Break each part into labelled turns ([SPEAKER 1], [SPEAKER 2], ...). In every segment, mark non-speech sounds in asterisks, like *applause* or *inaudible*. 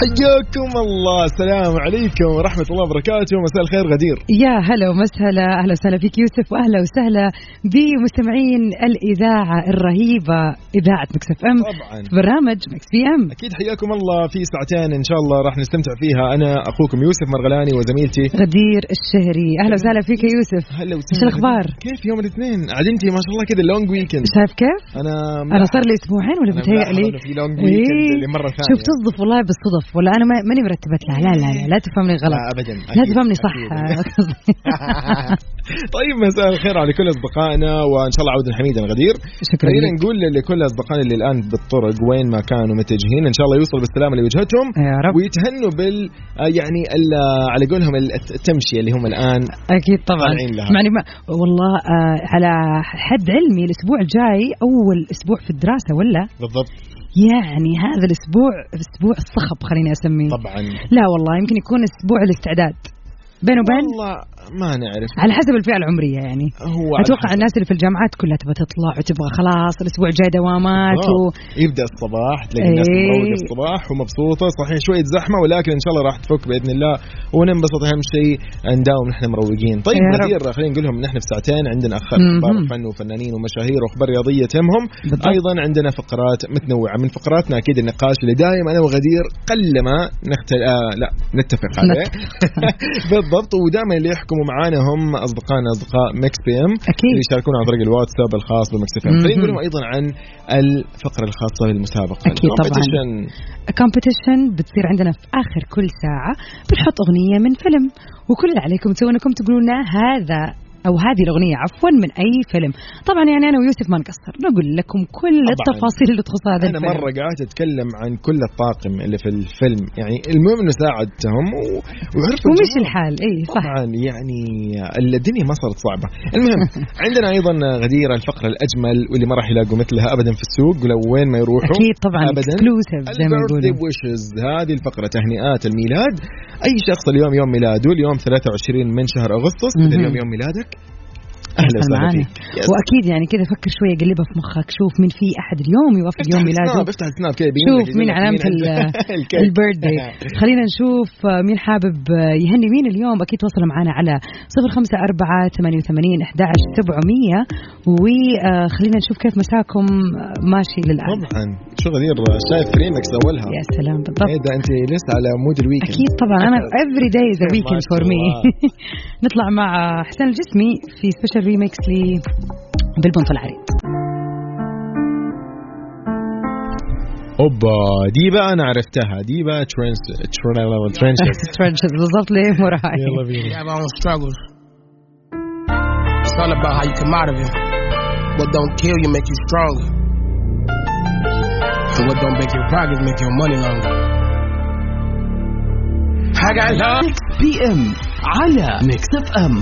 [SPEAKER 1] حياكم الله السلام عليكم ورحمة الله وبركاته مساء الخير غدير
[SPEAKER 2] يا هلا ومسهلا اهلا وسهلا فيك يوسف واهلا وسهلا بمستمعين الاذاعه الرهيبه اذاعه مكس اف ام
[SPEAKER 1] طبعاً.
[SPEAKER 2] في برنامج مكس بي ام
[SPEAKER 1] أكيد حياكم الله في ساعتين إن شاء الله راح نستمتع فيها أنا أخوكم يوسف مرغلاني وزميلتي
[SPEAKER 2] غدير الشهري اهلا وسهلا فيك يا يوسف
[SPEAKER 1] هلا وسهلا
[SPEAKER 2] إيش الأخبار؟
[SPEAKER 1] كيف يوم الاثنين؟ عاد انت ما شاء الله كذا لونج ويكند
[SPEAKER 2] شايف كيف؟
[SPEAKER 1] أنا
[SPEAKER 2] انا صار لي اسبوعين ولا
[SPEAKER 1] نعم. أنا
[SPEAKER 2] بتهيألي
[SPEAKER 1] ملاحظ إنه في لونج ويكند لمرة ثانية.
[SPEAKER 2] شوف تصدف والله بالصدف ولا انا ما- ماني مرتبت لها لا لا لا لا تفهمني غلط
[SPEAKER 1] لا أبداً،
[SPEAKER 2] لا
[SPEAKER 1] أكيد،
[SPEAKER 2] تفهمني صح
[SPEAKER 1] أكيد. *laughs* طيب مساء الخير على كل اصدقائنا وان شاء الله عودا حميدا غدير
[SPEAKER 2] شكراً
[SPEAKER 1] خلينا
[SPEAKER 2] لك.
[SPEAKER 1] نقول لكل اصدقائنا اللي الان بالطرق وين ما كانوا متجهين ان شاء الله يوصل بالسلامه لوجهتهم
[SPEAKER 2] يا رب.
[SPEAKER 1] ويتهنوا بال آه، يعني ال- على قولهم ال- التمشيه اللي هم الان
[SPEAKER 2] اكيد طبعا
[SPEAKER 1] طالعين لها.
[SPEAKER 2] يعني ما والله آه على حد علمي الاسبوع الجاي اول اسبوع في الدراسه ولا
[SPEAKER 1] بالضبط
[SPEAKER 2] يعني هذا الاسبوع اسبوع الصخب خليني اسميه
[SPEAKER 1] طبعا
[SPEAKER 2] لا والله يمكن يكون اسبوع الاستعداد بين وبين
[SPEAKER 1] والله ما نعرف
[SPEAKER 2] على حسب الفئه العمريه يعني
[SPEAKER 1] هو على
[SPEAKER 2] اتوقع
[SPEAKER 1] حسب.
[SPEAKER 2] الناس اللي في الجامعات كلها تبغى تطلع وتبغى خلاص الاسبوع الجاي دوامات و...
[SPEAKER 1] آه، يبدا الصباح تلاقي الناس
[SPEAKER 2] إيه.
[SPEAKER 1] مروقه الصباح ومبسوطه صحيح شويه زحمه ولكن ان شاء الله راح تفك باذن الله وننبسط اهم شيء نداوم نحن مروقين طيب
[SPEAKER 2] يا رب.
[SPEAKER 1] غدير خلينا نقول لهم نحن في ساعتين عندنا اخبار
[SPEAKER 2] مهم.
[SPEAKER 1] أخبار فن وفنانين ومشاهير واخبار رياضيه تهمهم
[SPEAKER 2] بالضبط.
[SPEAKER 1] ايضا عندنا فقرات متنوعه من فقراتنا اكيد النقاش اللي دايم انا وغدير قلما نختل... آه لا نتفق عليه *laughs* بالضبط ودائما اللي يحكموا معانا هم اصدقائنا اصدقاء مكس بي ام
[SPEAKER 2] اكيد
[SPEAKER 1] اللي يشاركونا عن طريق الواتساب الخاص بمكس اف ام
[SPEAKER 2] إيه. مهم.
[SPEAKER 1] خلينا نقول لهم ايضا عن الفقره الخاصه بالمسابقه
[SPEAKER 2] أكيد طبعاً.
[SPEAKER 1] Competition.
[SPEAKER 2] كومبيتيشن بتصير عندنا في اخر كل ساعه بنحط اغنيه من فيلم وكل اللي عليكم تسووا انكم تقولوا لنا هذا او هذه الاغنيه عفوا من اي فيلم طبعا يعني انا ويوسف ما نقصر نقول لكم كل
[SPEAKER 1] طبعاً.
[SPEAKER 2] التفاصيل اللي تخص هذا
[SPEAKER 1] انا
[SPEAKER 2] الفيلم
[SPEAKER 1] مره قاعد اتكلم عن كل الطاقم اللي في الفيلم يعني المهم انه ساعدتهم و... وعرفوا
[SPEAKER 2] ومش
[SPEAKER 1] الجمهور.
[SPEAKER 2] الحال اي صح
[SPEAKER 1] طبعا يعني الدنيا ما صارت صعبه
[SPEAKER 2] *laughs*
[SPEAKER 1] المهم عندنا ايضا غدير الفقره الاجمل واللي ما راح يلاقوا مثلها ابدا في السوق ولو وين ما يروحوا
[SPEAKER 2] اكيد طبعا
[SPEAKER 1] أبداً.
[SPEAKER 2] اكسكلوسيف زي ما
[SPEAKER 1] البيرثدي
[SPEAKER 2] يقولوا
[SPEAKER 1] ويشز هذه الفقرة تهنئات الميلاد أي شخص اليوم يوم ميلاده اليوم 23 من شهر أغسطس إذا
[SPEAKER 2] مهم.
[SPEAKER 1] اليوم يوم ميلادك أهلا وسهلا
[SPEAKER 2] معانا.
[SPEAKER 1] فيك يس.
[SPEAKER 2] واكيد يعني كذا فكر شويه قلبها في مخك شوف مين في احد اليوم يوافق
[SPEAKER 1] افتح
[SPEAKER 2] يوم
[SPEAKER 1] السناب،
[SPEAKER 2] ميلاده
[SPEAKER 1] افتح السناب كذا يبين لك-
[SPEAKER 2] شوف
[SPEAKER 1] يبين
[SPEAKER 2] مين
[SPEAKER 1] لك
[SPEAKER 2] علامة
[SPEAKER 1] *laughs* عند- الكيك.
[SPEAKER 2] البيرثدي خلينا نشوف آه، مين حابب آه، يهني مين اليوم أكيد تواصلوا معنا على صفر خمسة أربعة ثمانية وثمانين أحداش سبعمية وخلينا نشوف كيف مساكم آه، ماشي للآن
[SPEAKER 1] طبعا شو غدير شايف كريمكس أولها
[SPEAKER 2] يا سلام بالضبط
[SPEAKER 1] ايه ده انت لسه على مود الويكند
[SPEAKER 2] أكيد طبعا أنا every day is a weekend
[SPEAKER 1] ما
[SPEAKER 2] for
[SPEAKER 1] شاء
[SPEAKER 2] me
[SPEAKER 1] الله.
[SPEAKER 2] *laughs* نطلع مع آه، حسين الجسمي في سبيشال ريميكس ل بالبنط العريض *laughs*
[SPEAKER 1] اوبا دي بقى انا عرفتها دي بقى ترنس
[SPEAKER 2] *laughs*
[SPEAKER 1] ترنشز
[SPEAKER 2] Trenches بالضبط ليه وراي
[SPEAKER 1] يلا
[SPEAKER 2] *laughs*
[SPEAKER 1] بينا
[SPEAKER 3] You have our own struggles. It's all about how you come out of it. What don't kill you make you stronger. And what don't make your progress make your money longer. I got love.
[SPEAKER 4] ميكس بي ام على ميكس اف ام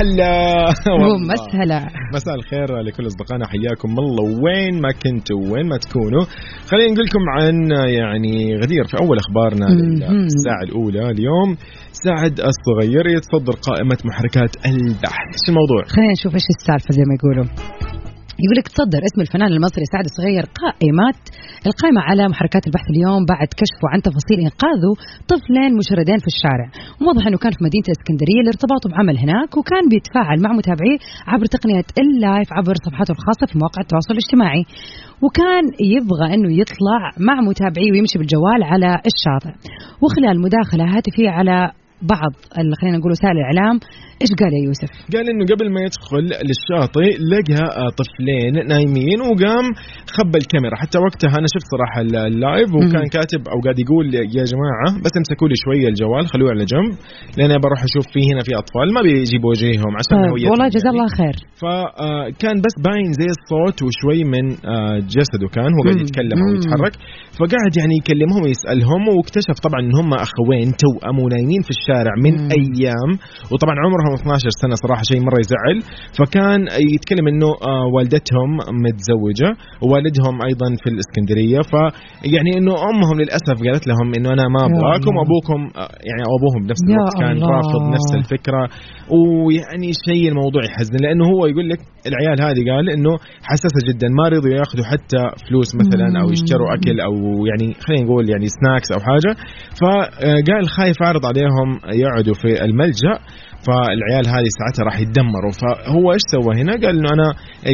[SPEAKER 1] هلا والله.
[SPEAKER 2] ومسهلا
[SPEAKER 1] مساء الخير لكل اصدقائنا حياكم الله وين ما كنتوا وين ما تكونوا خلينا نقول لكم عن يعني غدير في اول اخبارنا
[SPEAKER 2] مهم.
[SPEAKER 1] الساعه الاولى اليوم سعد الصغير يتصدر قائمه محركات البحث ايش الموضوع
[SPEAKER 2] خلينا نشوف ايش السالفه زي ما يقولوا يقول لك تصدر اسم الفنان المصري سعد الصغير قائمات القائمة على محركات البحث اليوم بعد كشفه عن تفاصيل إنقاذ طفلين مشردين في الشارع وواضح أنه كان في مدينة الإسكندرية لارتباطه بعمل هناك وكان بيتفاعل مع متابعيه عبر تقنية اللايف عبر صفحاته الخاصة في مواقع التواصل الاجتماعي وكان يبغى أنه يطلع مع متابعيه ويمشي بالجوال على الشاطئ وخلال مداخلة هاتفية على بعض ال- خلينا نقول وسائل الاعلام ايش قال يا يوسف؟
[SPEAKER 1] قال انه قبل ما يدخل للشاطئ لقى آه، طفلين نايمين وقام خبى الكاميرا حتى وقتها انا شفت صراحه ال- اللايف وكان
[SPEAKER 2] مم.
[SPEAKER 1] كاتب او قاعد يقول يا جماعه بس امسكوا لي شويه الجوال خلوه على جنب لان أنا بروح اشوف في هنا في اطفال ما بيجيبوا وجههم عشان
[SPEAKER 2] طيب،
[SPEAKER 1] هويتهم
[SPEAKER 2] والله جزاه
[SPEAKER 1] يعني.
[SPEAKER 2] الله خير
[SPEAKER 1] فكان آه، بس باين زي الصوت وشوي من آه، جسده كان هو قاعد
[SPEAKER 2] مم.
[SPEAKER 1] يتكلم
[SPEAKER 2] مم.
[SPEAKER 1] ويتحرك فقعد يعني يكلمهم ويسالهم واكتشف طبعا ان هم اخوين توأم ونايمين في الشارع من
[SPEAKER 2] مم.
[SPEAKER 1] ايام وطبعا عمرهم 12 سنه صراحه شيء مره يزعل فكان يتكلم انه آه، والدتهم متزوجه ووالدهم ايضا في يعني الاسكندريه فيعني انه امهم للاسف قالت لهم انه انا ما
[SPEAKER 2] يا
[SPEAKER 1] ابغاكم
[SPEAKER 2] الله.
[SPEAKER 1] ابوكم آه، يعني أو ابوهم بنفس
[SPEAKER 2] يا
[SPEAKER 1] الوقت كان
[SPEAKER 2] الله.
[SPEAKER 1] رافض نفس
[SPEAKER 2] نعم.
[SPEAKER 1] الفكره ويعني شيء الموضوع يحزن لانه هو يقول لك العيال هذه قال انه حساسه جدا ما رضوا ياخذوا حتى فلوس مثلا او
[SPEAKER 2] مم.
[SPEAKER 1] يشتروا اكل او يعني خلينا نقول يعني سناكس او حاجه فقال خايف اعرض عليهم يقعدوا في الملجا فالعيال هذه ساعتها راح يتدمروا فهو ايش سوى هنا؟ قال انه انا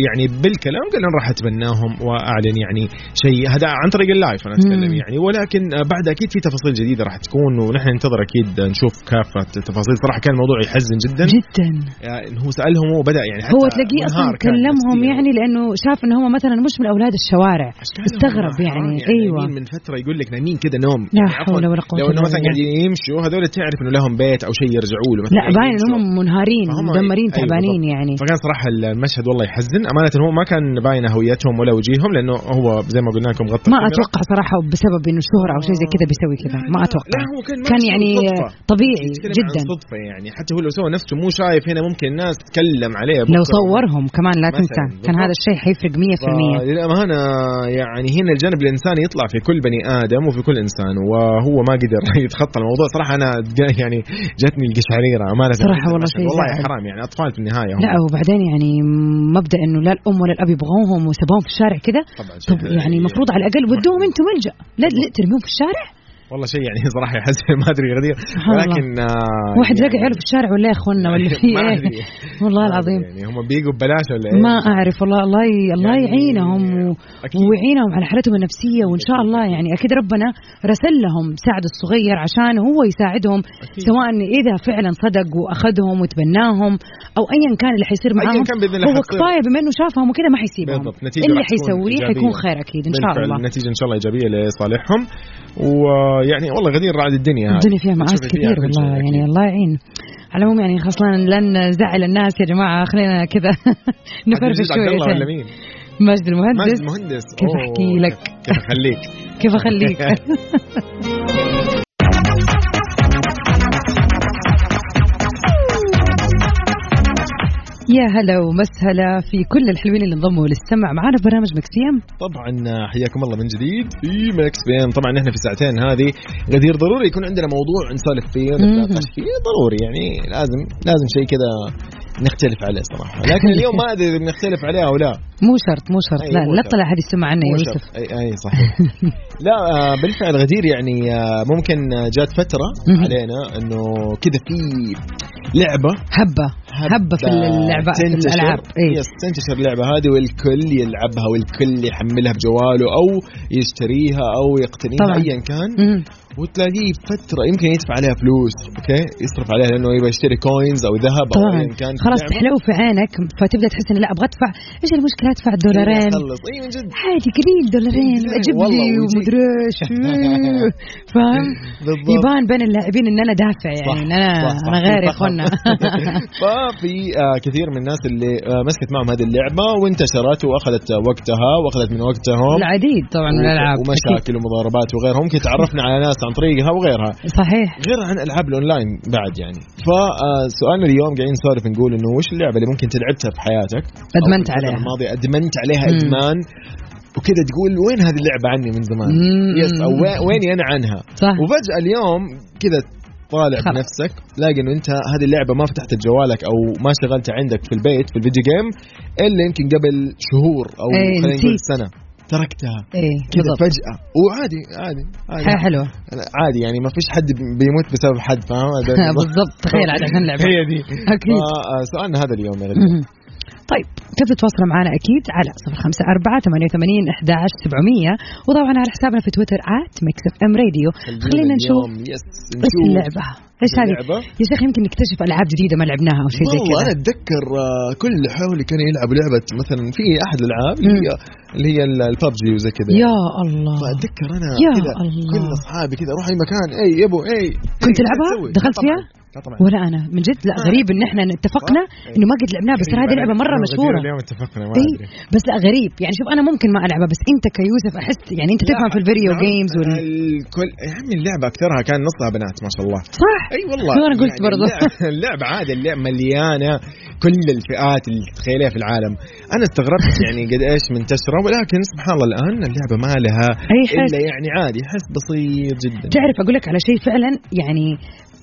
[SPEAKER 1] يعني بالكلام قال انا راح اتبناهم واعلن يعني شيء هذا عن طريق اللايف انا اتكلم
[SPEAKER 2] مم.
[SPEAKER 1] يعني ولكن بعد اكيد في تفاصيل جديده راح تكون ونحن ننتظر اكيد نشوف كافه التفاصيل صراحه كان الموضوع يحزن جدا
[SPEAKER 2] جدا
[SPEAKER 1] يعني هو سالهم وبدا يعني حتى
[SPEAKER 2] هو تلاقيه اصلا
[SPEAKER 1] منهار كان
[SPEAKER 2] كلمهم
[SPEAKER 1] نفسياً.
[SPEAKER 2] يعني لانه شاف ان هم مثلا مش من اولاد الشعوارع
[SPEAKER 1] أشكالهم
[SPEAKER 2] استغرب
[SPEAKER 1] حرام
[SPEAKER 2] يعني،
[SPEAKER 1] نايمين
[SPEAKER 2] أيوة.
[SPEAKER 1] من فتره يقول لك نايمين كذا نوم
[SPEAKER 2] لا
[SPEAKER 1] يعني عفواً،
[SPEAKER 2] حول ولا قوه
[SPEAKER 1] لو انه
[SPEAKER 2] إلا
[SPEAKER 1] مثلا
[SPEAKER 2] بالله.
[SPEAKER 1] قاعدين يمشوا هذول تعرف انه لهم بيت او شيء يرجعوا له مثلا
[SPEAKER 2] لا باين ان
[SPEAKER 1] يمشوا.
[SPEAKER 2] هم منهارين
[SPEAKER 1] فهم-
[SPEAKER 2] مدمرين
[SPEAKER 1] أيوة
[SPEAKER 2] تعبانين
[SPEAKER 1] بالضبط.
[SPEAKER 2] يعني
[SPEAKER 1] فكان صراحه المشهد والله يحزن امانه هو ما كان باينه هويتهم ولا وجههم لانه هو زي ما قلنا لكم غطى
[SPEAKER 2] ما
[SPEAKER 1] الكاميرا.
[SPEAKER 2] اتوقع صراحه بسبب انه الشهره او شيء زي كذا بيسوي كذا ما اتوقع
[SPEAKER 1] لا هو كان
[SPEAKER 2] كان
[SPEAKER 1] ماشي
[SPEAKER 2] يعني
[SPEAKER 1] بالصدفة.
[SPEAKER 2] طبيعي
[SPEAKER 1] يتكلم عن
[SPEAKER 2] جدا
[SPEAKER 1] صدفه يعني حتى هو لو سوى نفسه مو شايف هنا ممكن الناس تتكلم عليه
[SPEAKER 2] لو
[SPEAKER 1] بكرة.
[SPEAKER 2] صورهم كمان لا
[SPEAKER 1] مثلاً،
[SPEAKER 2] تنسى كان
[SPEAKER 1] بالضبط.
[SPEAKER 2] هذا الشيء حيفرق 100%
[SPEAKER 1] للأمانة يعني هنا الجانب الإنساني يطلع في كل بني آدم وفي كل إنسان وهو ما قدر *laughs* يتخطى الموضوع صراحة أنا *laughs* جا- يعني جاتني القشعريرة أمانة
[SPEAKER 2] صراحة والله شيء
[SPEAKER 1] والله
[SPEAKER 2] يزعل.
[SPEAKER 1] حرام يعني أطفال في النهاية هم
[SPEAKER 2] لا وبعدين يعني مبدا انه لا الام ولا الاب يبغوهم وسبوهم في الشارع كذا
[SPEAKER 1] طبعا شيء
[SPEAKER 2] طب يعني المفروض على الاقل ودوهم انتم ملجا لا لا ترميهم في الشارع
[SPEAKER 1] والله شيء يعني صراحة يحزن *laughs* ما أدري غدير
[SPEAKER 2] سبحان الله.
[SPEAKER 1] ولكن آه
[SPEAKER 2] واحد
[SPEAKER 1] يعني
[SPEAKER 2] لقى عياله في الشارع ولا يا اخوانا
[SPEAKER 1] *laughs*
[SPEAKER 2] ولا في
[SPEAKER 1] ما
[SPEAKER 2] ايه
[SPEAKER 1] أدري.
[SPEAKER 2] والله
[SPEAKER 1] ما أدري
[SPEAKER 2] العظيم
[SPEAKER 1] يعني هم بيجوا ببلاش ولا إيه
[SPEAKER 2] ما اعرف والله الله ي... الله
[SPEAKER 1] يعني
[SPEAKER 2] يعينهم و...
[SPEAKER 1] أكيد.
[SPEAKER 2] ويعينهم على حالتهم النفسيه وان شاء الله يعني اكيد ربنا رسل لهم سعد الصغير عشان هو يساعدهم سواء اذا فعلا صدق واخذهم وتبناهم او ايا كان اللي حيصير
[SPEAKER 1] أياً
[SPEAKER 2] معاهم
[SPEAKER 1] كان بإذن الله
[SPEAKER 2] هو
[SPEAKER 1] حتصير.
[SPEAKER 2] كفايه بما انه شافهم وكذا ما حيسيبهم
[SPEAKER 1] بالضبط. نتيجة
[SPEAKER 2] اللي
[SPEAKER 1] راح تكون
[SPEAKER 2] حيسويه
[SPEAKER 1] إيجابية.
[SPEAKER 2] حيكون خير اكيد ان شاء
[SPEAKER 1] بالفعل
[SPEAKER 2] الله
[SPEAKER 1] النتيجة إن شاء الله إيجابية لصالحهم ويعني والله غدير رعد الدنيا هذه.
[SPEAKER 2] الدنيا فيها مآس
[SPEAKER 1] تشوفي فيها
[SPEAKER 2] كثير
[SPEAKER 1] كل
[SPEAKER 2] والله
[SPEAKER 1] شيء
[SPEAKER 2] يعني
[SPEAKER 1] أكيد.
[SPEAKER 2] الله يعين على العموم يعني خلاص لن- لن نزعل الناس يا جماعه خلينا كذا نفرفش
[SPEAKER 1] *laughs* عبد
[SPEAKER 2] شويه
[SPEAKER 1] المجيد عبد الله ولا
[SPEAKER 2] مجد
[SPEAKER 1] مين؟ ماجد
[SPEAKER 2] المهندس
[SPEAKER 1] المهندس
[SPEAKER 2] كيف
[SPEAKER 1] أوه،
[SPEAKER 2] أحكي لك؟
[SPEAKER 1] كيف اخليك
[SPEAKER 2] كيف
[SPEAKER 1] *laughs*
[SPEAKER 2] اخليك يا هلا ومسهلا في كل الحلوين اللي انضموا للسمع معنا في برنامج مكسيم
[SPEAKER 1] طبعا آه، حياكم الله من جديد في مكس بي ام طبعا نحن في الساعتين هذه غدير ضروري يكون عندنا موضوع نسولف فيه ونتناقش فيه ضروري يعني لازم لازم شيء كذا نختلف عليه صراحه لكن اليوم ما ادري إذا بنختلف عليه او لا
[SPEAKER 2] مو شرط مو شرط
[SPEAKER 1] أي،
[SPEAKER 2] لا
[SPEAKER 1] مو
[SPEAKER 2] لا
[SPEAKER 1] شرط.
[SPEAKER 2] طلع هذه السمعة عنا يا
[SPEAKER 1] مو
[SPEAKER 2] إيه، يوسف
[SPEAKER 1] شرط. اي اي صحيح
[SPEAKER 2] *laughs*
[SPEAKER 1] لا آه، بالفعل غدير يعني آه، ممكن آه، جات فتره
[SPEAKER 2] مهم.
[SPEAKER 1] علينا انه كذا في لعبه
[SPEAKER 2] هبة هبة في اللعبة في
[SPEAKER 1] تنتشر-
[SPEAKER 2] الألعاب إيه.
[SPEAKER 1] يس تنتشر اللعبة هذه والكل يلعبها والكل يحملها بجواله أو يشتريها أو يقتنيها
[SPEAKER 2] طبعاً.
[SPEAKER 1] أيا كان
[SPEAKER 2] مم.
[SPEAKER 1] وتلاقيه فترة يمكن يدفع عليها فلوس أوكي يصرف عليها لأنه يبغى يشتري كوينز أو ذهب أو
[SPEAKER 2] طبعا
[SPEAKER 1] أيا كان في
[SPEAKER 2] خلاص
[SPEAKER 1] اللعبة.
[SPEAKER 2] تحلو في عينك فتبدا تحس ان لا ابغى ادفع ايش المشكله ادفع دولارين
[SPEAKER 1] يخلص. إيه من جد
[SPEAKER 2] عادي قليل دولارين
[SPEAKER 1] إيه،
[SPEAKER 2] اجيب
[SPEAKER 1] والله
[SPEAKER 2] لي
[SPEAKER 1] ويجيك.
[SPEAKER 2] ومدري
[SPEAKER 1] *laughs*
[SPEAKER 2] ايش فاهم
[SPEAKER 1] بالضبط.
[SPEAKER 2] يبان بين اللاعبين ان انا دافع يعني ان انا
[SPEAKER 1] صح، صح،
[SPEAKER 2] انا غير يا
[SPEAKER 1] صح.
[SPEAKER 2] اخوانا
[SPEAKER 1] *laughs* ففي آه، كثير من الناس اللي آه، مسكت معهم هذه اللعبة وانتشرت واخذت آه، وقتها واخذت من وقتهم
[SPEAKER 2] العديد طبعا من الالعاب
[SPEAKER 1] ومشاكل ومضاربات وغيرها ممكن تعرفنا على ناس عن طريقها وغيرها
[SPEAKER 2] أكيد. صحيح
[SPEAKER 1] غير عن العاب الاونلاين بعد يعني فسؤالنا اليوم قاعدين نسولف نقول انه وش اللعبه اللي ممكن تلعبتها في حياتك أو في
[SPEAKER 2] ادمنت
[SPEAKER 1] الفترة
[SPEAKER 2] عليها
[SPEAKER 1] الماضيه ادمنت عليها
[SPEAKER 2] مم.
[SPEAKER 1] ادمان وكذا تقول وين هذه اللعبه عني من زمان
[SPEAKER 2] مم.
[SPEAKER 1] يس او وين- ويني انا عنها
[SPEAKER 2] صح
[SPEAKER 1] وفجاه اليوم كذا طالع
[SPEAKER 2] آه. خلاص.
[SPEAKER 1] بنفسك تلاقي انه انت هذه اللعبه ما فتحت جوالك او ما شغلتها عندك في البيت في الفيديو جيم الا يمكن قبل شهور او
[SPEAKER 2] إيه،
[SPEAKER 1] خلينا نقول
[SPEAKER 2] نسيت.
[SPEAKER 1] سنه تركتها
[SPEAKER 2] ايه
[SPEAKER 1] كذا
[SPEAKER 2] بالضبط
[SPEAKER 1] فجاه وعادي عادي عادي
[SPEAKER 2] حياة حلوة
[SPEAKER 1] عادي يعني ما فيش حد بيموت بسبب حد
[SPEAKER 2] *laughs*
[SPEAKER 1] فاهم هذا يعني *laughs*
[SPEAKER 2] بالضبط تخيل عاد عشان لعبة
[SPEAKER 1] هي دي
[SPEAKER 2] اكيد
[SPEAKER 1] فسؤالنا هذا اليوم يا غدير
[SPEAKER 2] مهم. طيب كيف تتواصلوا معنا أكيد على 054 88 11 700 وطبعا على حسابنا في تويتر آت ميكس اف ام راديو خلينا نشوف
[SPEAKER 1] يس
[SPEAKER 2] ايش
[SPEAKER 1] نشوف.
[SPEAKER 2] اللعبة ايش هذه
[SPEAKER 1] اللعبة؟
[SPEAKER 2] يا شيخ يمكن نكتشف ألعاب جديدة ما لعبناها أو شيء زي
[SPEAKER 1] والله انا
[SPEAKER 2] كذا
[SPEAKER 1] اتذكر آه، كل اللي حولي كانوا يلعبوا لعبه مثلا في احد الالعاب اللي هي اللي هي الببجي وزي كذا
[SPEAKER 2] يا الله
[SPEAKER 1] فاتذكر انا
[SPEAKER 2] يا
[SPEAKER 1] كذا
[SPEAKER 2] الله.
[SPEAKER 1] كل اصحابي كذا روح اي مكان "إيه اي يبو اي
[SPEAKER 2] كنت تلعبها؟ دخلت فيها؟
[SPEAKER 1] لا طبعا
[SPEAKER 2] ولا أنا من جد لا غريب إن إحنا اتفقنا إنه ما قد لعبناها بس ترى هذه لعبة مرة
[SPEAKER 1] أنا
[SPEAKER 2] مشهورة إيه.
[SPEAKER 1] غدير يعني اليوم اتفقنا ما
[SPEAKER 2] اي
[SPEAKER 1] ادري
[SPEAKER 2] بس لا غريب يعني شوف انا ممكن ما العبها بس انت كيوسف احس يعني انت تفهم في الفيديو
[SPEAKER 1] نعم،
[SPEAKER 2] جيمز وال
[SPEAKER 1] الكل يا عمي اللعبه اكثرها كان نصها بنات ما شاء الله
[SPEAKER 2] صح
[SPEAKER 1] اي والله يعني
[SPEAKER 2] شو أنا قلت برضه؟
[SPEAKER 1] *laughs* اللعبة- اللعبه عادي اللعبه مليانه كل الفئات اللي تتخيليها في العالم انا استغربت
[SPEAKER 2] *laughs*
[SPEAKER 1] يعني قد ايش منتشره ولكن سبحان الله الان اللعبه ما لها
[SPEAKER 2] أي حس.
[SPEAKER 1] الا يعني عادي حس بسيط جدا
[SPEAKER 2] تعرف اقول لك على شيء فعلا يعني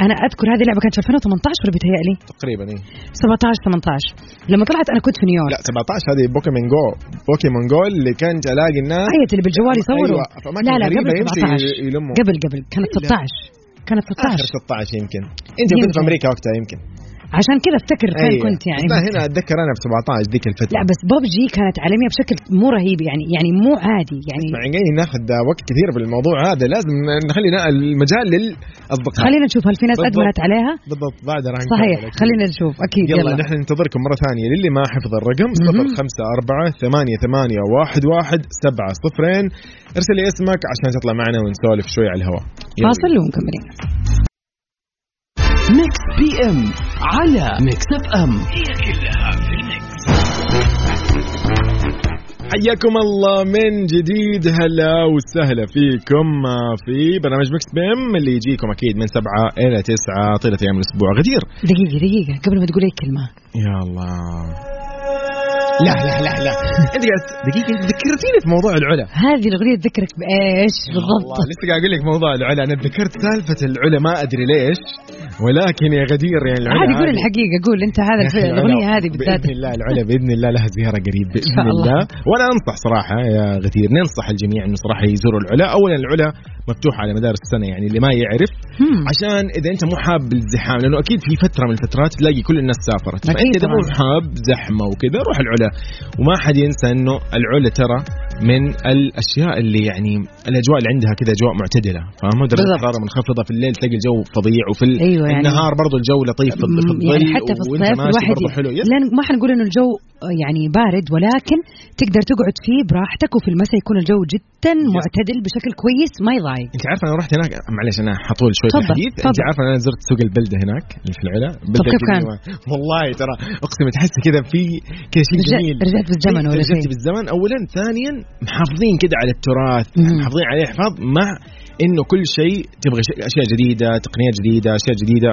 [SPEAKER 2] انا اذكر هذه اللعبه كانت في 2018 ولا بيتهيألي
[SPEAKER 1] تقريبا إيه.
[SPEAKER 2] 17 18 لما طلعت انا كنت في نيويورك
[SPEAKER 1] لا 17 هذه بوكيمون جو بوكيمون جو اللي كانت الاقي الناس
[SPEAKER 2] اية اللي بالجوال يصوروا
[SPEAKER 1] أيوة، فما
[SPEAKER 2] لا
[SPEAKER 1] كان
[SPEAKER 2] لا
[SPEAKER 1] غريبة
[SPEAKER 2] قبل
[SPEAKER 1] يمشي أيوة.
[SPEAKER 2] 17
[SPEAKER 1] يلموا.
[SPEAKER 2] قبل قبل كانت 16 كانت
[SPEAKER 1] اخر
[SPEAKER 2] 16
[SPEAKER 1] 16 يمكن انت كنت في
[SPEAKER 2] أيوة، يمكن.
[SPEAKER 1] امريكا وقتها يمكن
[SPEAKER 2] عشان كذا افتكر فين
[SPEAKER 1] أيوة.
[SPEAKER 2] كنت يعني
[SPEAKER 1] بس لا، هنا اتذكر انا ب 17 ذيك الفتره
[SPEAKER 2] لا بس ببجي كانت عالميه بشكل مو رهيب يعني يعني مو عادي يعني
[SPEAKER 1] مع إنه ناخذ وقت كثير بالموضوع هذا لازم نخلي المجال للاصدقاء
[SPEAKER 2] خلينا نشوف هل في ناس
[SPEAKER 1] بالضبط.
[SPEAKER 2] ادمنت عليها
[SPEAKER 1] بالضبط بعد راح نكمل
[SPEAKER 2] صحيح
[SPEAKER 1] أكيد.
[SPEAKER 2] خلينا نشوف اكيد
[SPEAKER 1] يلا,
[SPEAKER 2] يلا
[SPEAKER 1] نحن ننتظركم مرة ثانية للي ما حفظ الرقم صفر خمسة أربعة ثمانية ثمانية واحد واحد سبعة صفرين ارسل لي اسمك عشان تطلع معنا ونسولف شوي على الهواء يلا.
[SPEAKER 2] فاصل ومكملين
[SPEAKER 4] ميكس بي ام على ميكس اف ام
[SPEAKER 1] حياكم الله من جديد هلا وسهلا فيكم في برنامج مكس بيم اللي يجيكم أكيد من سبعة إلى تسعة طيلة أيام الأسبوع غدير
[SPEAKER 2] دقيقه دقيقه قبل ما تقول اي كلمه
[SPEAKER 1] يا الله لا لا لا لا انت قاعد دقيقة أنت ذكرتيني في موضوع العلا
[SPEAKER 2] هذه الاغنيه تذكرك بايش بالضبط
[SPEAKER 1] والله لسه قاعد اقول لك موضوع العلا انا تذكرت سالفه العلا ما ادري ليش ولكن يا غدير يعني العلا
[SPEAKER 2] عادي قول
[SPEAKER 1] هذه-
[SPEAKER 2] الحقيقه قول انت هذا
[SPEAKER 1] يا أخي
[SPEAKER 2] الف-
[SPEAKER 1] العلا
[SPEAKER 2] الاغنيه هذه بالذات
[SPEAKER 1] باذن الله العلا باذن الله لها زياره قريب باذن
[SPEAKER 2] شاء الله.
[SPEAKER 1] الله. وانا انصح صراحه يا غدير ننصح الجميع انه صراحه يزوروا العلا اولا العلا مفتوحه على مدار السنه يعني اللي ما يعرف
[SPEAKER 2] هم.
[SPEAKER 1] عشان اذا انت مو حاب الزحام لانه اكيد في فتره من الفترات تلاقي كل الناس سافرت
[SPEAKER 2] أكيد
[SPEAKER 1] فانت اذا مو
[SPEAKER 2] طبعاً.
[SPEAKER 1] حاب زحمه وكذا روح العلا وما حد ينسى انه العلا ترى من الاشياء اللي يعني الاجواء اللي عندها كذا اجواء معتدله فاهمه درجه
[SPEAKER 2] بالضبط.
[SPEAKER 1] الحراره منخفضه في الليل تلاقي الجو فظيع وفي ال-
[SPEAKER 2] أيوة يعني-
[SPEAKER 1] النهار برضو الجو لطيف في الظل
[SPEAKER 2] يعني حتى في
[SPEAKER 1] وانت
[SPEAKER 2] الصيف
[SPEAKER 1] ماشي
[SPEAKER 2] الواحد
[SPEAKER 1] برضو حلو يس
[SPEAKER 2] لا ما حنقول انه الجو يعني بارد ولكن تقدر تقعد فيه براحتك وفي المساء يكون الجو جدا معتدل بشكل كويس ما يضايق
[SPEAKER 1] انت عارف انا رحت هناك معلش انا حطول شوي في
[SPEAKER 2] تفضل،
[SPEAKER 1] الحديث انت
[SPEAKER 2] تفضل.
[SPEAKER 1] عارف انا زرت سوق البلده هناك اللي في العلا بلدة
[SPEAKER 2] كيف كان؟
[SPEAKER 1] الجنيوة. والله ترى اقسم تحس كذا في كذا شيء
[SPEAKER 2] رجعت-
[SPEAKER 1] جميل
[SPEAKER 2] رجعت بالزمن ولا
[SPEAKER 1] رجعت
[SPEAKER 2] شيء.
[SPEAKER 1] إيه، بالزمن اولا ثانيا محافظين كذا على التراث
[SPEAKER 2] مم.
[SPEAKER 1] محافظين عليه حفاظ مع انه كل شيء تبغى شيء- اشياء جديده تقنيات جديده اشياء جديده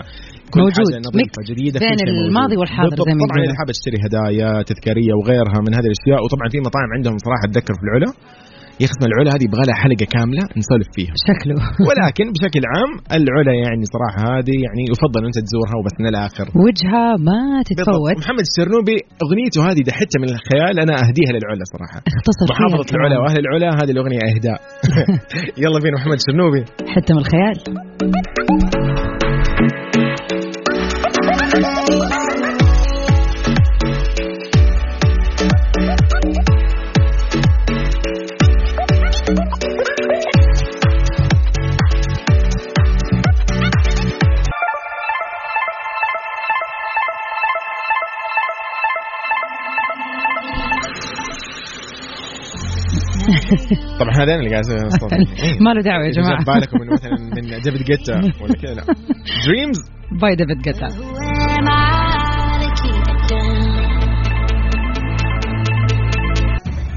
[SPEAKER 1] كل
[SPEAKER 2] موجود.
[SPEAKER 1] حاجه نظيفه
[SPEAKER 2] ميكس
[SPEAKER 1] جديده كل
[SPEAKER 2] بين
[SPEAKER 1] شيء موجود.
[SPEAKER 2] الماضي والحاضر
[SPEAKER 1] بالضبط.
[SPEAKER 2] زي ما
[SPEAKER 1] طبعا
[SPEAKER 2] يقولوا.
[SPEAKER 1] اذا حابه تشتري هدايا تذكاريه وغيرها من هذه الاشياء وطبعا في مطاعم عندهم صراحه اتذكر في العلا يا اخي اسمها العلا هذه يبغى لها حلقه كامله نسولف
[SPEAKER 2] *laughs*
[SPEAKER 1] فيها
[SPEAKER 2] شكله
[SPEAKER 1] ولكن بشكل عام العلا يعني صراحه هذه يعني يفضل انت تزورها وبس من الاخر
[SPEAKER 2] وجهه ما تتفوت
[SPEAKER 1] بالضبط. محمد الشرنوبي اغنيته هذه دحتها من الخيال انا اهديها للعلا صراحه
[SPEAKER 2] اختصر فيها
[SPEAKER 1] محافظة
[SPEAKER 2] الكلام.
[SPEAKER 1] العلا واهل العلا هذه الاغنيه اهداء
[SPEAKER 2] *laughs*
[SPEAKER 1] يلا بينا محمد الشرنوبي
[SPEAKER 2] حتى من الخيال
[SPEAKER 1] طبعا هذا انا اللي قاعد اسوي الصوت. إيه.
[SPEAKER 2] *laughs* ما له دعوه يا
[SPEAKER 1] إذا
[SPEAKER 2] جماعه
[SPEAKER 1] جاب بالكم
[SPEAKER 2] *laughs*
[SPEAKER 1] انه مثلا من ديفيد جيتا ولا كذا لا دريمز
[SPEAKER 2] باي ديفيد جتا
[SPEAKER 5] Who am I to keep it down?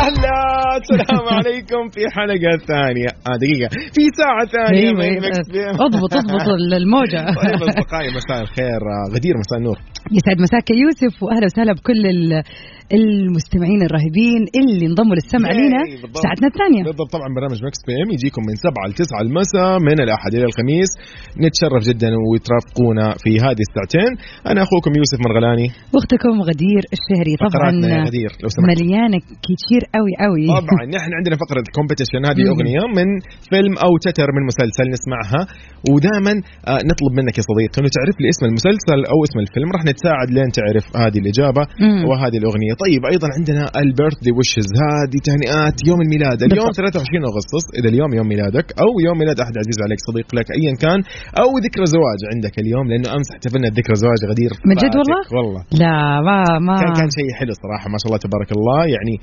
[SPEAKER 2] *laughs*
[SPEAKER 1] فيكم في حلقه ثانيه اه دقيقه في ساعه ثانيه
[SPEAKER 2] أيوة،
[SPEAKER 1] من ميكس بي ام
[SPEAKER 2] *laughs* اضبط اضبط الموجه
[SPEAKER 1] *laughs* طيب اصدقائي مساء الخير آه، غدير مساء النور
[SPEAKER 2] *laughs* يسعد مساك يا يوسف واهلا وسهلا بكل ال- المستمعين الرهيبين اللي انضموا للسمع
[SPEAKER 1] ياي،
[SPEAKER 2] لينا
[SPEAKER 1] بالضبط.
[SPEAKER 2] ساعتنا الثانيه
[SPEAKER 1] بالضبط طبعا برنامج مكس بي ام يجيكم من 7 ل 9 المساء من الاحد الى الخميس نتشرف جدا وترافقونا في هذه الساعتين انا اخوكم يوسف مرغلاني
[SPEAKER 2] واختكم غدير الشهري طبعا
[SPEAKER 1] فقراتنا يا غدير لو سمحت
[SPEAKER 2] مليانه كتير قوي قوي
[SPEAKER 1] طبعا نحن عندنا فقره كومبيتيشن هذه
[SPEAKER 2] إيه. مم.
[SPEAKER 1] اغنيه من فيلم او تتر من مسلسل نسمعها ودائما آه، نطلب منك يا صديقي انه تعرف لي اسم المسلسل او اسم الفيلم راح نتساعد لين تعرف هذه الاجابه
[SPEAKER 2] مم.
[SPEAKER 1] وهذه الاغنيه طيب ايضا عندنا البيرث دي ويشز هذه تهنئات يوم الميلاد اليوم 23 اغسطس اذا اليوم يوم ميلادك او يوم ميلاد احد عزيز عليك صديق لك ايا كان او ذكرى زواج عندك اليوم لانه امس احتفلنا بذكرى زواج غدير
[SPEAKER 2] من جد
[SPEAKER 1] فاتك.
[SPEAKER 2] والله؟ آه.
[SPEAKER 1] والله
[SPEAKER 2] *laughs* لا ما ما
[SPEAKER 1] كان كان شيء حلو صراحه ما شاء الله تبارك الله يعني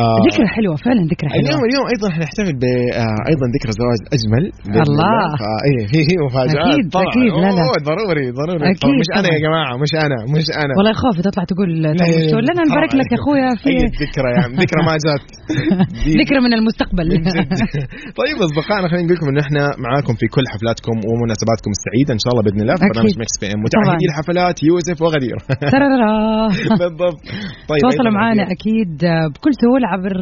[SPEAKER 1] آه
[SPEAKER 2] ذكرى حلوه فعلا ذكرى حلوه
[SPEAKER 1] اليوم اليوم ايضا حنحتفل ب آه، ايضا ذكرى زواج اجمل بإذن
[SPEAKER 2] الله.
[SPEAKER 1] فا- ايه في في مفاجات
[SPEAKER 2] أكيد،
[SPEAKER 1] طبعا
[SPEAKER 2] أكيد، لا، لا.
[SPEAKER 1] أوه، ضروري ضروري
[SPEAKER 2] أكيد
[SPEAKER 1] طبعاً. مش انا
[SPEAKER 2] طبعاً.
[SPEAKER 1] يا جماعه مش انا مش انا
[SPEAKER 2] والله خوفي تطلع تقول تقول شو. لا انا نبارك
[SPEAKER 1] آه،
[SPEAKER 2] لك
[SPEAKER 1] أيوة.
[SPEAKER 2] يا
[SPEAKER 1] *laughs*
[SPEAKER 2] اخويا في
[SPEAKER 1] أي طيب، ذكرى يا عم ذكرى ما جات
[SPEAKER 2] *laughs*
[SPEAKER 1] دي-
[SPEAKER 2] ذكرى من
[SPEAKER 1] *laughs*
[SPEAKER 2] المستقبل
[SPEAKER 1] من جد. طيب اصدقائنا خلينا نقول لكم انه احنا معاكم في كل حفلاتكم ومناسباتكم السعيده ان شاء الله باذن الله في
[SPEAKER 2] أكيد.
[SPEAKER 1] برنامج مكس بي ام متعهدين حفلات يوسف وغدير *laughs*
[SPEAKER 2] ترررا
[SPEAKER 1] بالضبط طيب
[SPEAKER 2] تواصلوا
[SPEAKER 1] أيضاً
[SPEAKER 2] معنا
[SPEAKER 1] غدير.
[SPEAKER 2] أكيد آه، بكل سهولة عبر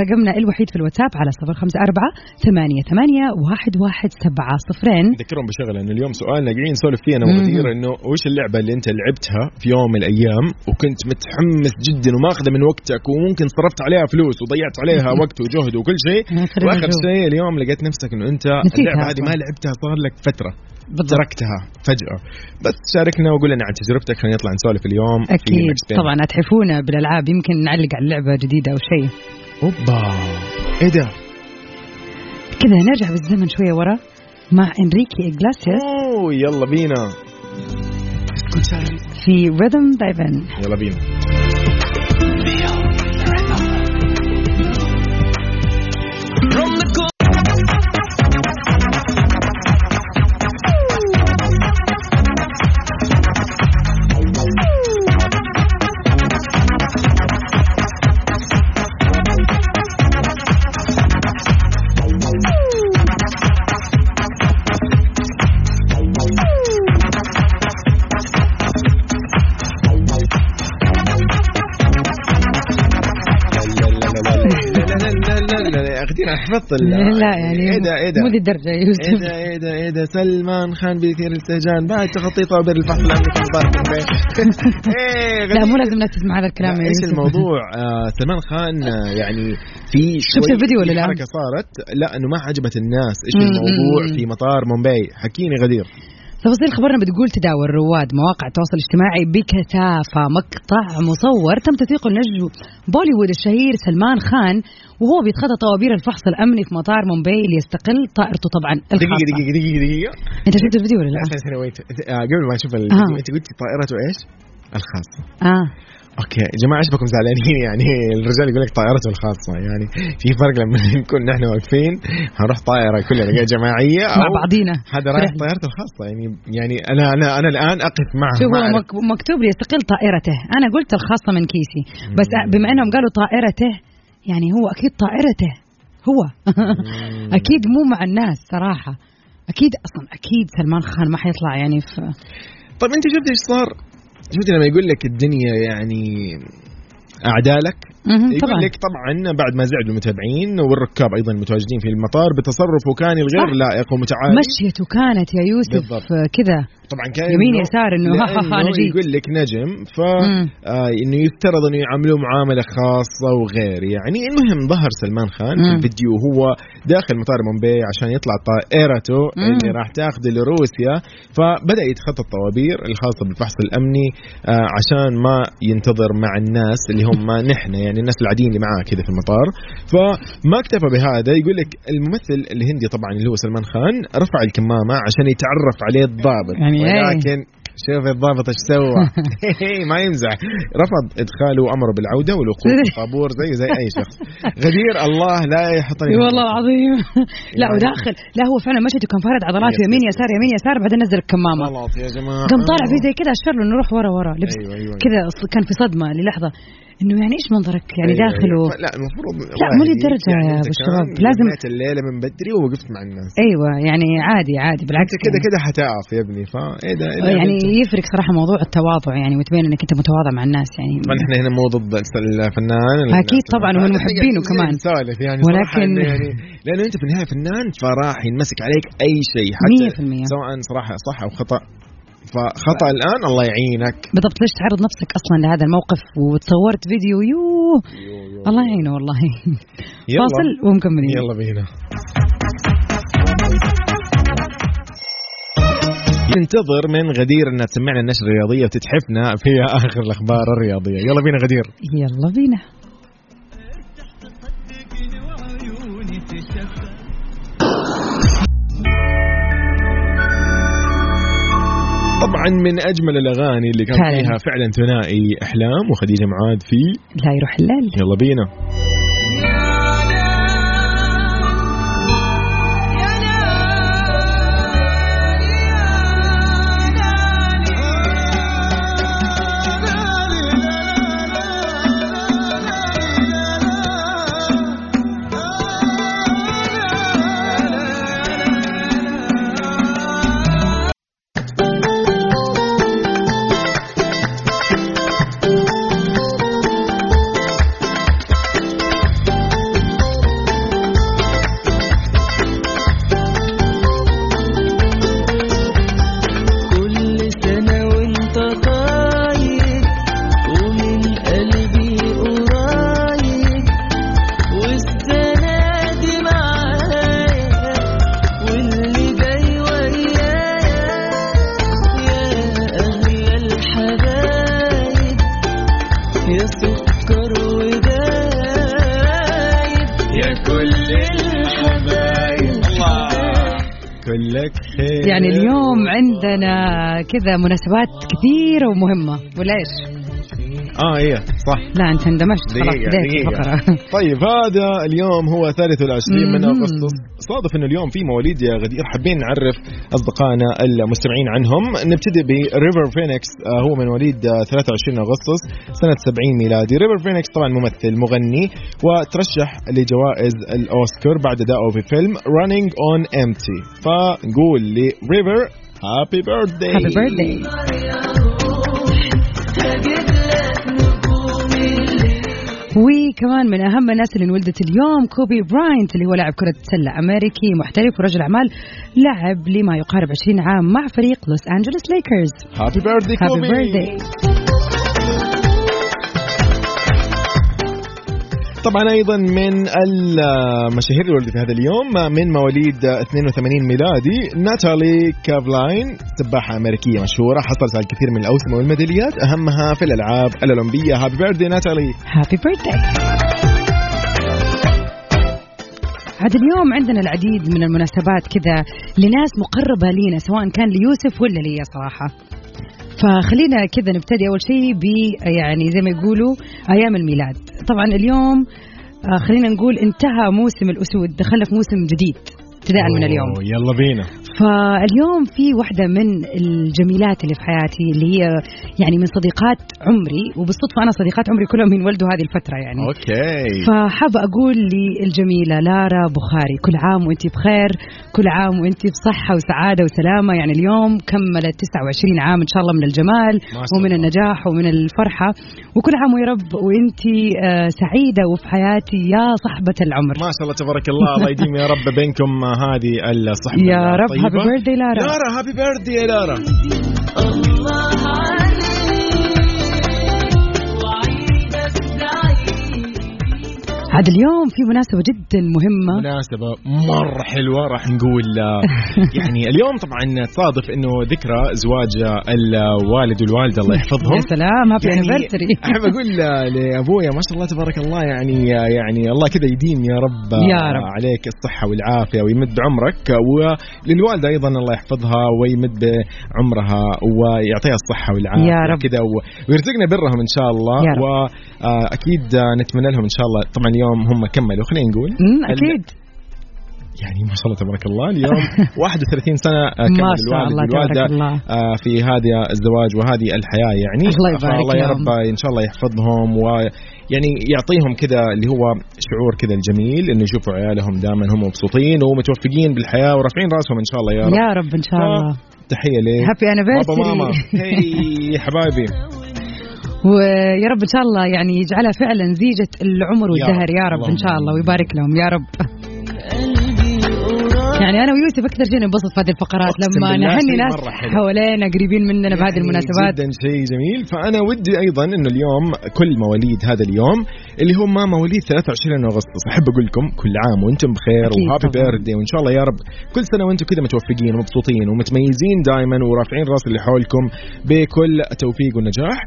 [SPEAKER 2] رقمنا الوحيد في الواتساب على صفر خمسة أربعة ثمانية ثمانية واحد واحد سبعة صفرين
[SPEAKER 1] نذكرهم بشغله انه اليوم سؤالنا قاعدين نسولف فيه انا
[SPEAKER 2] مم.
[SPEAKER 1] وغدير انه وش اللعبه اللي انت لعبتها في يوم من الايام وكنت متحمس جدا وماخذه من وقتك وممكن صرفت عليها فلوس وضيعت عليها وقت وجهد وكل
[SPEAKER 2] *laughs*
[SPEAKER 1] شيء
[SPEAKER 2] آخر
[SPEAKER 1] واخر
[SPEAKER 2] الجو.
[SPEAKER 1] شيء اليوم لقيت نفسك انه انت
[SPEAKER 2] نسيتها
[SPEAKER 1] اللعبه هذه
[SPEAKER 2] أصلاً.
[SPEAKER 1] ما لعبتها صار لك فتره
[SPEAKER 2] بالضبط
[SPEAKER 1] تركتها فجاه بس شاركنا وقول لنا عن تجربتك خلينا نطلع نسولف اليوم في
[SPEAKER 2] أكيد
[SPEAKER 1] Next Day.
[SPEAKER 2] طبعا أتحفونا بالألعاب يمكن نعلق على لعبة جديدة أو شيء
[SPEAKER 1] اوبا ايه ده؟
[SPEAKER 2] كذا نرجع بالزمن شوية ورا مع إنريكي إغلاسياس
[SPEAKER 1] اوه يلا بينا
[SPEAKER 2] في ريذم دايفن
[SPEAKER 1] يلا بينا اخدين انا حفظت ال-
[SPEAKER 2] لا يعني
[SPEAKER 1] ايه ده ايه ده
[SPEAKER 2] مو ذي الدرجة يا
[SPEAKER 1] ايه
[SPEAKER 2] يوسف
[SPEAKER 1] ده ايه ده ايه ده سلمان خان بيثير السجان بعد تخطي طابر الفحص الامني في مبارك البيت. ايه
[SPEAKER 2] لا
[SPEAKER 1] غريب.
[SPEAKER 2] مو لازم الناس تسمع هذا الكلام
[SPEAKER 1] لا،
[SPEAKER 2] يا
[SPEAKER 1] ايش
[SPEAKER 2] يوسف.
[SPEAKER 1] الموضوع آه سلمان خان آه، يعني في شوي
[SPEAKER 2] الفيديو ولا
[SPEAKER 1] في
[SPEAKER 2] لا؟
[SPEAKER 1] حركه صارت لا انه ما عجبت الناس ايش
[SPEAKER 2] مم،
[SPEAKER 1] الموضوع
[SPEAKER 2] مم.
[SPEAKER 1] في مطار مومباي حكيني غدير
[SPEAKER 2] تفاصيل خبرنا بتقول تداول رواد مواقع التواصل الاجتماعي بكثافة مقطع مصور تم تثيقه نجم بوليوود الشهير سلمان خان وهو بيتخطى طوابير الفحص الأمني في مطار مومباي ليستقل طائرته طبعا
[SPEAKER 1] دقيقه
[SPEAKER 2] الخاصة
[SPEAKER 1] دقيقه دقيقه دقيقه
[SPEAKER 2] أنت شفت الفيديو ولا لا؟
[SPEAKER 1] عشان سنويت آه قبل ما نشوف الفيديو انت قلتي طائرته ايش؟ الخاصه
[SPEAKER 2] آه
[SPEAKER 1] اوكي يا جماعه ايش بكم زعلانين *laughs* يعني الرجال يقول لك طائرته الخاصه يعني في فرق لما *laughs* نكون نحن واقفين هنروح طائره كلنا كده جماعيه
[SPEAKER 2] مع
[SPEAKER 1] او
[SPEAKER 2] بعضينا
[SPEAKER 1] هذا
[SPEAKER 2] *laughs*
[SPEAKER 1] رايح
[SPEAKER 2] فرحنا.
[SPEAKER 1] طائرته الخاصه يعني يعني انا انا انا الان اقف معه
[SPEAKER 2] شوف
[SPEAKER 1] ما
[SPEAKER 2] هو
[SPEAKER 1] أعرف.
[SPEAKER 2] مك- مكتوب ليستقل طائرته أنا قلت الخاصة من كيسي بس أ- بما أنهم قالوا طائرته يعني هو أكيد طائرته هو أكيد مو مع الناس صراحة أكيد أصلا أكيد سلمان خان ما حيطلع يعني في
[SPEAKER 1] طيب انت شفت ايش صار؟ شفت لما يقول لك الدنيا يعني اعداء لك
[SPEAKER 2] مهم،
[SPEAKER 1] يقول
[SPEAKER 2] طبعا
[SPEAKER 1] لك طبعا بعد ما زعلوا المتابعين والركاب ايضا المتواجدين في المطار بتصرفه كان الغير
[SPEAKER 2] صح.
[SPEAKER 1] لائق ومتعالي
[SPEAKER 2] مشيته كانت يا يوسف
[SPEAKER 1] بالضبط.
[SPEAKER 2] كذا
[SPEAKER 1] طبعا كان
[SPEAKER 2] يمين
[SPEAKER 1] إنه-
[SPEAKER 2] يسار إنه ها ها ها
[SPEAKER 1] لأنه
[SPEAKER 2] أنا جيت.
[SPEAKER 1] يقول لك نجم ف
[SPEAKER 2] مم.
[SPEAKER 1] آه انه يفترض انه يعاملوه معامله خاصه وغير يعني المهم ظهر سلمان خان في
[SPEAKER 2] مم.
[SPEAKER 1] الفيديو وهو داخل مطار مومباي عشان يطلع طائرته
[SPEAKER 2] مم.
[SPEAKER 1] اللي راح تاخذه لروسيا فبدا يتخطى الطوابير الخاصه بالفحص الامني آه عشان ما ينتظر مع الناس اللي
[SPEAKER 2] *laughs*
[SPEAKER 1] هم نحن يعني الناس العاديين اللي معاه كذا في المطار فما اكتفى بهذا يقول لك الممثل الهندي طبعا اللي هو سلمان خان رفع الكمامه عشان يتعرف عليه الضابط
[SPEAKER 2] يعني إيه.
[SPEAKER 1] ولكن شوف الضابط ايش سوى *laughs* ما يمزح رفض ادخاله وامره بالعوده والوقوف في الطابور زيه زي اي شخص غدير الله لا يحطني
[SPEAKER 2] اي إيه والله العظيم لا
[SPEAKER 1] طيب. يعني-
[SPEAKER 2] وداخل لا هو فعلا مشيته كان فارد عضلاته
[SPEAKER 1] يس،
[SPEAKER 2] يمين
[SPEAKER 1] يس،
[SPEAKER 2] يسار يمين يسار بعدين نزل الكمامه
[SPEAKER 1] غلط يا أيوة، جماعه
[SPEAKER 2] قام طالع فيه زي كذا اشفر له انه روح ورا ورا لبس
[SPEAKER 1] ايوه ايوه
[SPEAKER 2] كذا ص- كان في صدمه للحظه انه يعني ايش منظرك يعني
[SPEAKER 1] أيوة،
[SPEAKER 2] داخله
[SPEAKER 1] أيوة. لا المفروض يعني
[SPEAKER 2] لا، مو للدرجة يا أبو الشباب، لازم-
[SPEAKER 1] بديت الليله من بدري ووقفت مع الناس
[SPEAKER 2] ايوه يعني عادي عادي بالعكس
[SPEAKER 1] انت كذا
[SPEAKER 2] يعني.
[SPEAKER 1] كذا حتعرف يا ابني فايه ده إيه ده
[SPEAKER 2] يعني
[SPEAKER 1] أنت-
[SPEAKER 2] يفرق صراحه موضوع التواضع يعني وتبين انك انت متواضع مع الناس يعني
[SPEAKER 1] طبعا احنا هنا مو ضد الفنان
[SPEAKER 2] أكيد طبعا، ومن محبينه كمان.
[SPEAKER 1] سالف يعني
[SPEAKER 2] ولكن-
[SPEAKER 1] ولكن يعني لانه انت في النهايه فنان فراح ينمسك عليك اي شيء حتى
[SPEAKER 2] 100%
[SPEAKER 1] سواء صراحه صح او خطا فخطا الان الله يعينك
[SPEAKER 2] بالضبط ليش تعرض نفسك اصلا لهذا الموقف وتصورت فيديو يوه الله يعينه والله
[SPEAKER 1] يلا.
[SPEAKER 2] فاصل ومكملين
[SPEAKER 1] يلا بينا ننتظر من غدير انها تسمعنا النشره الرياضيه وتتحفنا فيها اخر الاخبار الرياضيه يلا بينا غدير
[SPEAKER 2] يلا بينا
[SPEAKER 1] طبعا من اجمل الاغاني اللي كان
[SPEAKER 2] فعلاً.
[SPEAKER 1] فيها فعلا ثنائي احلام وخديجه معاد في
[SPEAKER 2] لا يروح الليل
[SPEAKER 1] يلا بينا
[SPEAKER 6] كل سنة وانت طاير ومن قلبي قرايب والسنة دي معايا واللي جاي ويايا يا أغلى الحبايب يا سكر ودايب يا كل الحبايب
[SPEAKER 1] كلك خير
[SPEAKER 2] يعني اليوم عندنا كذا مناسبات كثيرة ومهمة ولا ايش؟
[SPEAKER 1] اه ايه صح
[SPEAKER 2] لا انت اندمجت خلاص
[SPEAKER 1] دقيقة
[SPEAKER 2] بديت الفقرة
[SPEAKER 1] دقيقة طيب هذا اليوم هو 23 من
[SPEAKER 2] مم.
[SPEAKER 1] اغسطس صادف انه اليوم في مواليد يا غدير حابين نعرف اصدقائنا المستمعين عنهم نبتدي بريفر فينيكس آه، هو من مواليد آه، 23 اغسطس سنة 70 ميلادي ريفر فينيكس طبعا ممثل مغني وترشح لجوائز الاوسكار بعد ادائه في فيلم Running on Empty فنقول لريفر هابي بيرثداي
[SPEAKER 2] هابي بيرثداي
[SPEAKER 6] هجيب لك نجوم الليل
[SPEAKER 2] وكمان من اهم الناس اللي انولدت اليوم كوبي براينت اللي هو لاعب كرة سلة امريكي محترف ورجل اعمال لعب لما يقارب 20 عام مع فريق لوس انجلوس ليكرز
[SPEAKER 1] هابي بيرثداي
[SPEAKER 2] هابي بيرثداي
[SPEAKER 1] طبعا ايضا من المشاهير اللي ولدت في هذا اليوم من مواليد 82 ميلادي ناتالي كافلاين سباحه امريكيه مشهوره حصلت على الكثير من الاوسمه والميداليات اهمها في الالعاب الاولمبيه هابي بيرثدي ناتالي
[SPEAKER 2] هابي بيرثداي هذا اليوم عندنا العديد من المناسبات كذا لناس مقربة لينا سواء كان ليوسف ولا ليا صراحة فخلينا كذا نبتدي أول شيء ب يعني زي ما يقولوا أيام الميلاد طبعا اليوم آه، خلينا نقول انتهى موسم الأسود دخلنا في موسم جديد ابتداء من اليوم
[SPEAKER 1] أوه، يلا بينا
[SPEAKER 2] فاليوم في واحدة من الجميلات اللي في حياتي اللي هي يعني من صديقات عمري وبالصدفة أنا صديقات عمري كلهم ينولدوا هذه الفترة يعني
[SPEAKER 1] اوكي
[SPEAKER 2] فحابة أقول للجميلة لارا بخاري كل عام وأنت بخير كل عام وأنت بصحة وسعادة وسلامة يعني اليوم كملت 29 عام إن شاء الله من الجمال
[SPEAKER 1] ما شاء
[SPEAKER 2] ومن
[SPEAKER 1] الله.
[SPEAKER 2] النجاح ومن الفرحة وكل عام ويا رب وأنت آه، سعيدة وفي حياتي يا صاحبة العمر
[SPEAKER 1] ما شاء الله تبارك الله الله يديم يا رب بينكم هذه الصحبه
[SPEAKER 2] يا رب
[SPEAKER 1] الطيبة.
[SPEAKER 2] هابي بيرثدي لارا
[SPEAKER 1] لارا هابي بيرثدي يا لارا
[SPEAKER 6] الله عليك وعيدك سعيد
[SPEAKER 2] عاد اليوم في مناسبة جدا مهمة
[SPEAKER 1] مناسبة مرة حلوة راح نقول
[SPEAKER 2] *laughs*
[SPEAKER 1] آه، يعني اليوم طبعا تصادف انه ذكرى زواج الوالد والوالدة الله يحفظهم يعني
[SPEAKER 2] يا سلام هابي
[SPEAKER 1] *laughs*
[SPEAKER 2] انيفرسري
[SPEAKER 1] احب اقول ل- لابويا ما شاء الله تبارك الله يعني يعني الله كذا يديم يا رب
[SPEAKER 2] يا رب.
[SPEAKER 1] عليك الصحه والعافيه ويمد عمرك وللوالده ايضا الله يحفظها ويمد عمرها ويعطيها الصحه والعافيه
[SPEAKER 2] يا رب.
[SPEAKER 1] كذا و- ويرزقنا برهم ان شاء الله
[SPEAKER 2] يا رب. أمم،
[SPEAKER 1] واكيد نتمنى لهم ان شاء الله طبعا اليوم هم كملوا خلينا نقول
[SPEAKER 2] اكيد
[SPEAKER 1] يعني ما شاء الله تبارك الله
[SPEAKER 2] *laughs*
[SPEAKER 1] اليوم 31 سنه آه، كمل
[SPEAKER 2] ما شاء
[SPEAKER 1] الوالد
[SPEAKER 2] الله
[SPEAKER 1] والوالده
[SPEAKER 2] تبارك الله.
[SPEAKER 1] آه، في هذا الزواج وهذه الحياه يعني
[SPEAKER 2] الله يبارك
[SPEAKER 1] فالله يا
[SPEAKER 2] لهم.
[SPEAKER 1] رب ان شاء الله يحفظهم و يعني يعطيهم كذا اللي هو شعور كذا الجميل انه يشوفوا عيالهم دائما هم مبسوطين ومتوفقين بالحياه ورافعين راسهم ان شاء الله يا رب
[SPEAKER 2] يا رب ان شاء الله
[SPEAKER 1] تحيه لي
[SPEAKER 2] هابي
[SPEAKER 1] بابا ماما
[SPEAKER 2] انيفرسري
[SPEAKER 1] هي يا حبايبي
[SPEAKER 2] *laughs* ويا رب ان شاء الله يعني يجعلها فعلا زيجة العمر والدهر يا رب ان شاء الله
[SPEAKER 1] اللهم
[SPEAKER 2] ويبارك لهم يا رب يعني انا ويوسف اكثر شيء ننبسط في هذه الفقرات
[SPEAKER 1] أقسم
[SPEAKER 2] لما
[SPEAKER 1] بالله
[SPEAKER 2] نهني
[SPEAKER 1] شيء
[SPEAKER 2] ناس
[SPEAKER 1] مرة حلو.
[SPEAKER 2] حوالينا قريبين مننا بهذه
[SPEAKER 1] يعني
[SPEAKER 2] المناسبات
[SPEAKER 1] جدا شيء جميل فانا ودي ايضا انه اليوم كل مواليد هذا اليوم اللي هم مواليد 23 اغسطس احب اقول لكم كل عام وانتم بخير
[SPEAKER 2] أكيد
[SPEAKER 1] وهابي
[SPEAKER 2] طبعاً.
[SPEAKER 1] بيرثدي وان شاء الله يا رب كل سنه وانتم كذا متوفقين ومبسوطين ومتميزين دائما ورافعين راس اللي حولكم بكل توفيق ونجاح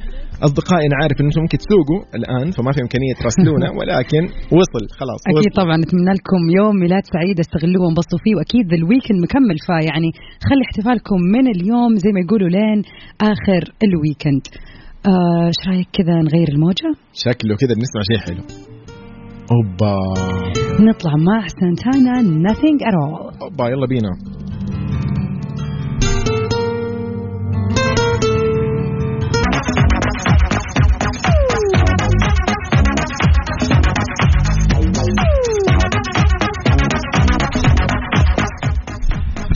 [SPEAKER 1] اصدقائي انا عارف ان انتم ممكن تسوقوا الان فما في امكانيه
[SPEAKER 2] *laughs*
[SPEAKER 1] تراسلونا ولكن وصل خلاص
[SPEAKER 2] اكيد
[SPEAKER 1] وصل.
[SPEAKER 2] طبعا نتمنى لكم يوم ميلاد سعيد استغلوه وانبسطوا فيه واكيد الويكند مكمل فيعني خلي احتفالكم من اليوم زي ما يقولوا لين اخر الويكند آه، ايش رايك كذا نغير الموجه
[SPEAKER 1] شكله كذا بنسمع شيء حلو اوبا
[SPEAKER 2] نطلع مع سانتانا nothing at all
[SPEAKER 1] اوبا يلا بينا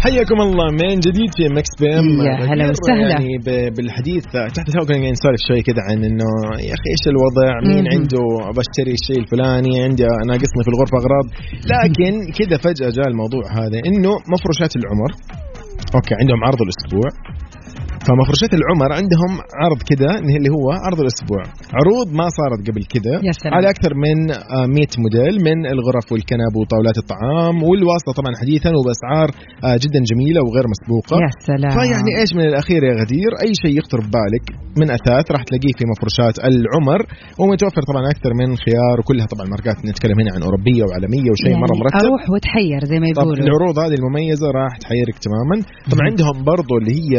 [SPEAKER 1] حياكم الله من جديد في مكس بي ام
[SPEAKER 2] يا هلا وسهلا.
[SPEAKER 1] يعني ب- بالحديث تحت الهواء كنا قاعدين نسولف شوي كذا عن انه يا اخي ايش الوضع؟ مين
[SPEAKER 2] مهم.
[SPEAKER 1] عنده بشتري الشيء الفلاني عندي ناقصني في الغرفه اغراض لكن كذا فجاه جاء الموضوع هذا انه مفروشات العمر اوكي عندهم عرض الاسبوع فمفروشات العمر عندهم عرض كذا اللي هو عرض الاسبوع عروض ما صارت قبل كذا
[SPEAKER 2] يا سلام.
[SPEAKER 1] على اكثر من آه، 100 موديل من الغرف والكنب وطاولات الطعام والواسطه طبعا حديثا وباسعار آه، جدا جميله وغير مسبوقه
[SPEAKER 2] يا سلام
[SPEAKER 1] فيعني ايش من الاخير يا غدير اي شيء يخطر ببالك من اثاث راح تلاقيه في مفروشات العمر ومتوفر طبعا اكثر من خيار وكلها طبعا ماركات نتكلم هنا عن اوروبيه وعالميه وشيء مره
[SPEAKER 2] يعني
[SPEAKER 1] مرتب
[SPEAKER 2] اروح وتحير زي ما
[SPEAKER 1] طب
[SPEAKER 2] يقولوا
[SPEAKER 1] العروض هذه المميزه راح تحيرك تماما طبعا عندهم برضو اللي هي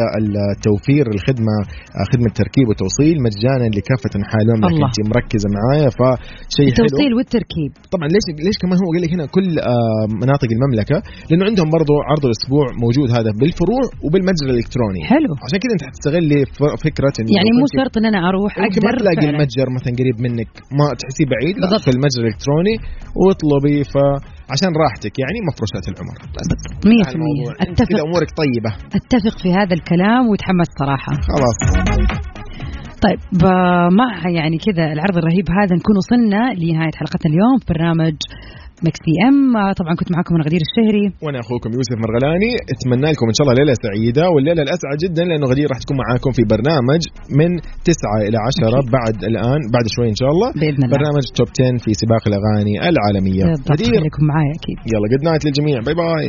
[SPEAKER 1] التوفير الخدمه آه، خدمه تركيب وتوصيل مجانا لكافه انحاء المملكه
[SPEAKER 2] الله.
[SPEAKER 1] انت مركزه معايا فشيء حلو
[SPEAKER 2] التوصيل والتركيب
[SPEAKER 1] طبعا ليش ليش كمان هو قال لك هنا كل آه، مناطق المملكه لانه عندهم برضو عرض الاسبوع موجود هذا بالفروع وبالمتجر الالكتروني
[SPEAKER 2] حلو
[SPEAKER 1] عشان كده انت حتستغلي ف- فكره انه
[SPEAKER 2] يعني
[SPEAKER 1] لو
[SPEAKER 2] مو
[SPEAKER 1] كنت-
[SPEAKER 2] شرط ان انا اروح
[SPEAKER 1] يمكن ما
[SPEAKER 2] اقدر
[SPEAKER 1] تلاقي
[SPEAKER 2] فعلاً.
[SPEAKER 1] المتجر مثلا قريب منك ما تحسيه بعيد لا
[SPEAKER 2] بالضبط.
[SPEAKER 1] في المتجر الالكتروني واطلبي فعشان راحتك يعني مفروشات العمر بس
[SPEAKER 2] 100%
[SPEAKER 1] كذا
[SPEAKER 2] اتفق
[SPEAKER 1] امورك طيبه
[SPEAKER 2] اتفق في هذا الكلام وتحمست صراحه
[SPEAKER 1] خلاص
[SPEAKER 2] طيب ب- مع يعني كذا العرض الرهيب هذا نكون وصلنا لنهايه حلقتنا اليوم في برنامج مكس بي ام طبعا آه، كنت معكم انا غدير الشهري
[SPEAKER 1] وانا اخوكم يوسف مرغلاني اتمنى لكم ان شاء الله ليله سعيده والليله الاسعد جدا لانه غدير راح تكون معاكم في برنامج من 9 الى 10 بعد الان بعد شوي ان شاء الله
[SPEAKER 2] باذن الله
[SPEAKER 1] برنامج توب 10 في سباق الاغاني العالميه
[SPEAKER 2] بالضبط
[SPEAKER 1] غدير
[SPEAKER 2] خليكم معايا اكيد
[SPEAKER 1] يلا جود نايت للجميع باي باي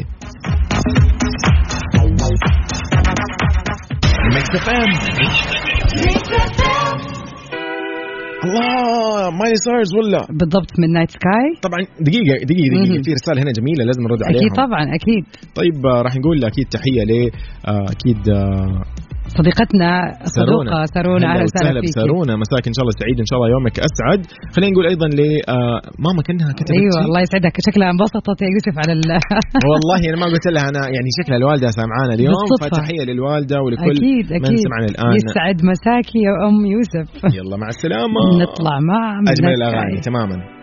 [SPEAKER 1] الله مايلي سايرز ولا
[SPEAKER 2] بالضبط من نايت سكاي
[SPEAKER 1] طبعا دقيقه دقيقه دقيقه
[SPEAKER 2] مهم.
[SPEAKER 1] في رساله هنا جميله لازم نرد عليها
[SPEAKER 2] اكيد طبعا اكيد
[SPEAKER 1] طيب آه، راح نقول اكيد تحيه ل آه، اكيد آه،
[SPEAKER 2] صديقتنا صدوقه
[SPEAKER 1] سارونا
[SPEAKER 2] سارونا
[SPEAKER 1] هلا
[SPEAKER 2] اهلا
[SPEAKER 1] وسهلا
[SPEAKER 2] وسهلا فيك
[SPEAKER 1] بسارونا مساك ان شاء الله سعيد ان شاء الله يومك اسعد خلينا نقول ايضا ل آه، ماما كانها كتبت
[SPEAKER 2] ايوه
[SPEAKER 1] شيء.
[SPEAKER 2] الله يسعدك شكلها انبسطت يا يوسف على ال
[SPEAKER 1] والله انا ما قلت لها انا يعني شكلها الوالده سامعانا اليوم
[SPEAKER 2] بالصدفة.
[SPEAKER 1] فتحيه للوالده ولكل
[SPEAKER 2] *laughs* اكيد
[SPEAKER 1] من
[SPEAKER 2] اكيد
[SPEAKER 1] سمعنا الان
[SPEAKER 2] يسعد مساكي يا ام يوسف
[SPEAKER 1] يلا مع السلامه
[SPEAKER 2] نطلع مع
[SPEAKER 1] اجمل
[SPEAKER 2] Midnight
[SPEAKER 1] الاغاني
[SPEAKER 2] Sky.
[SPEAKER 1] تماما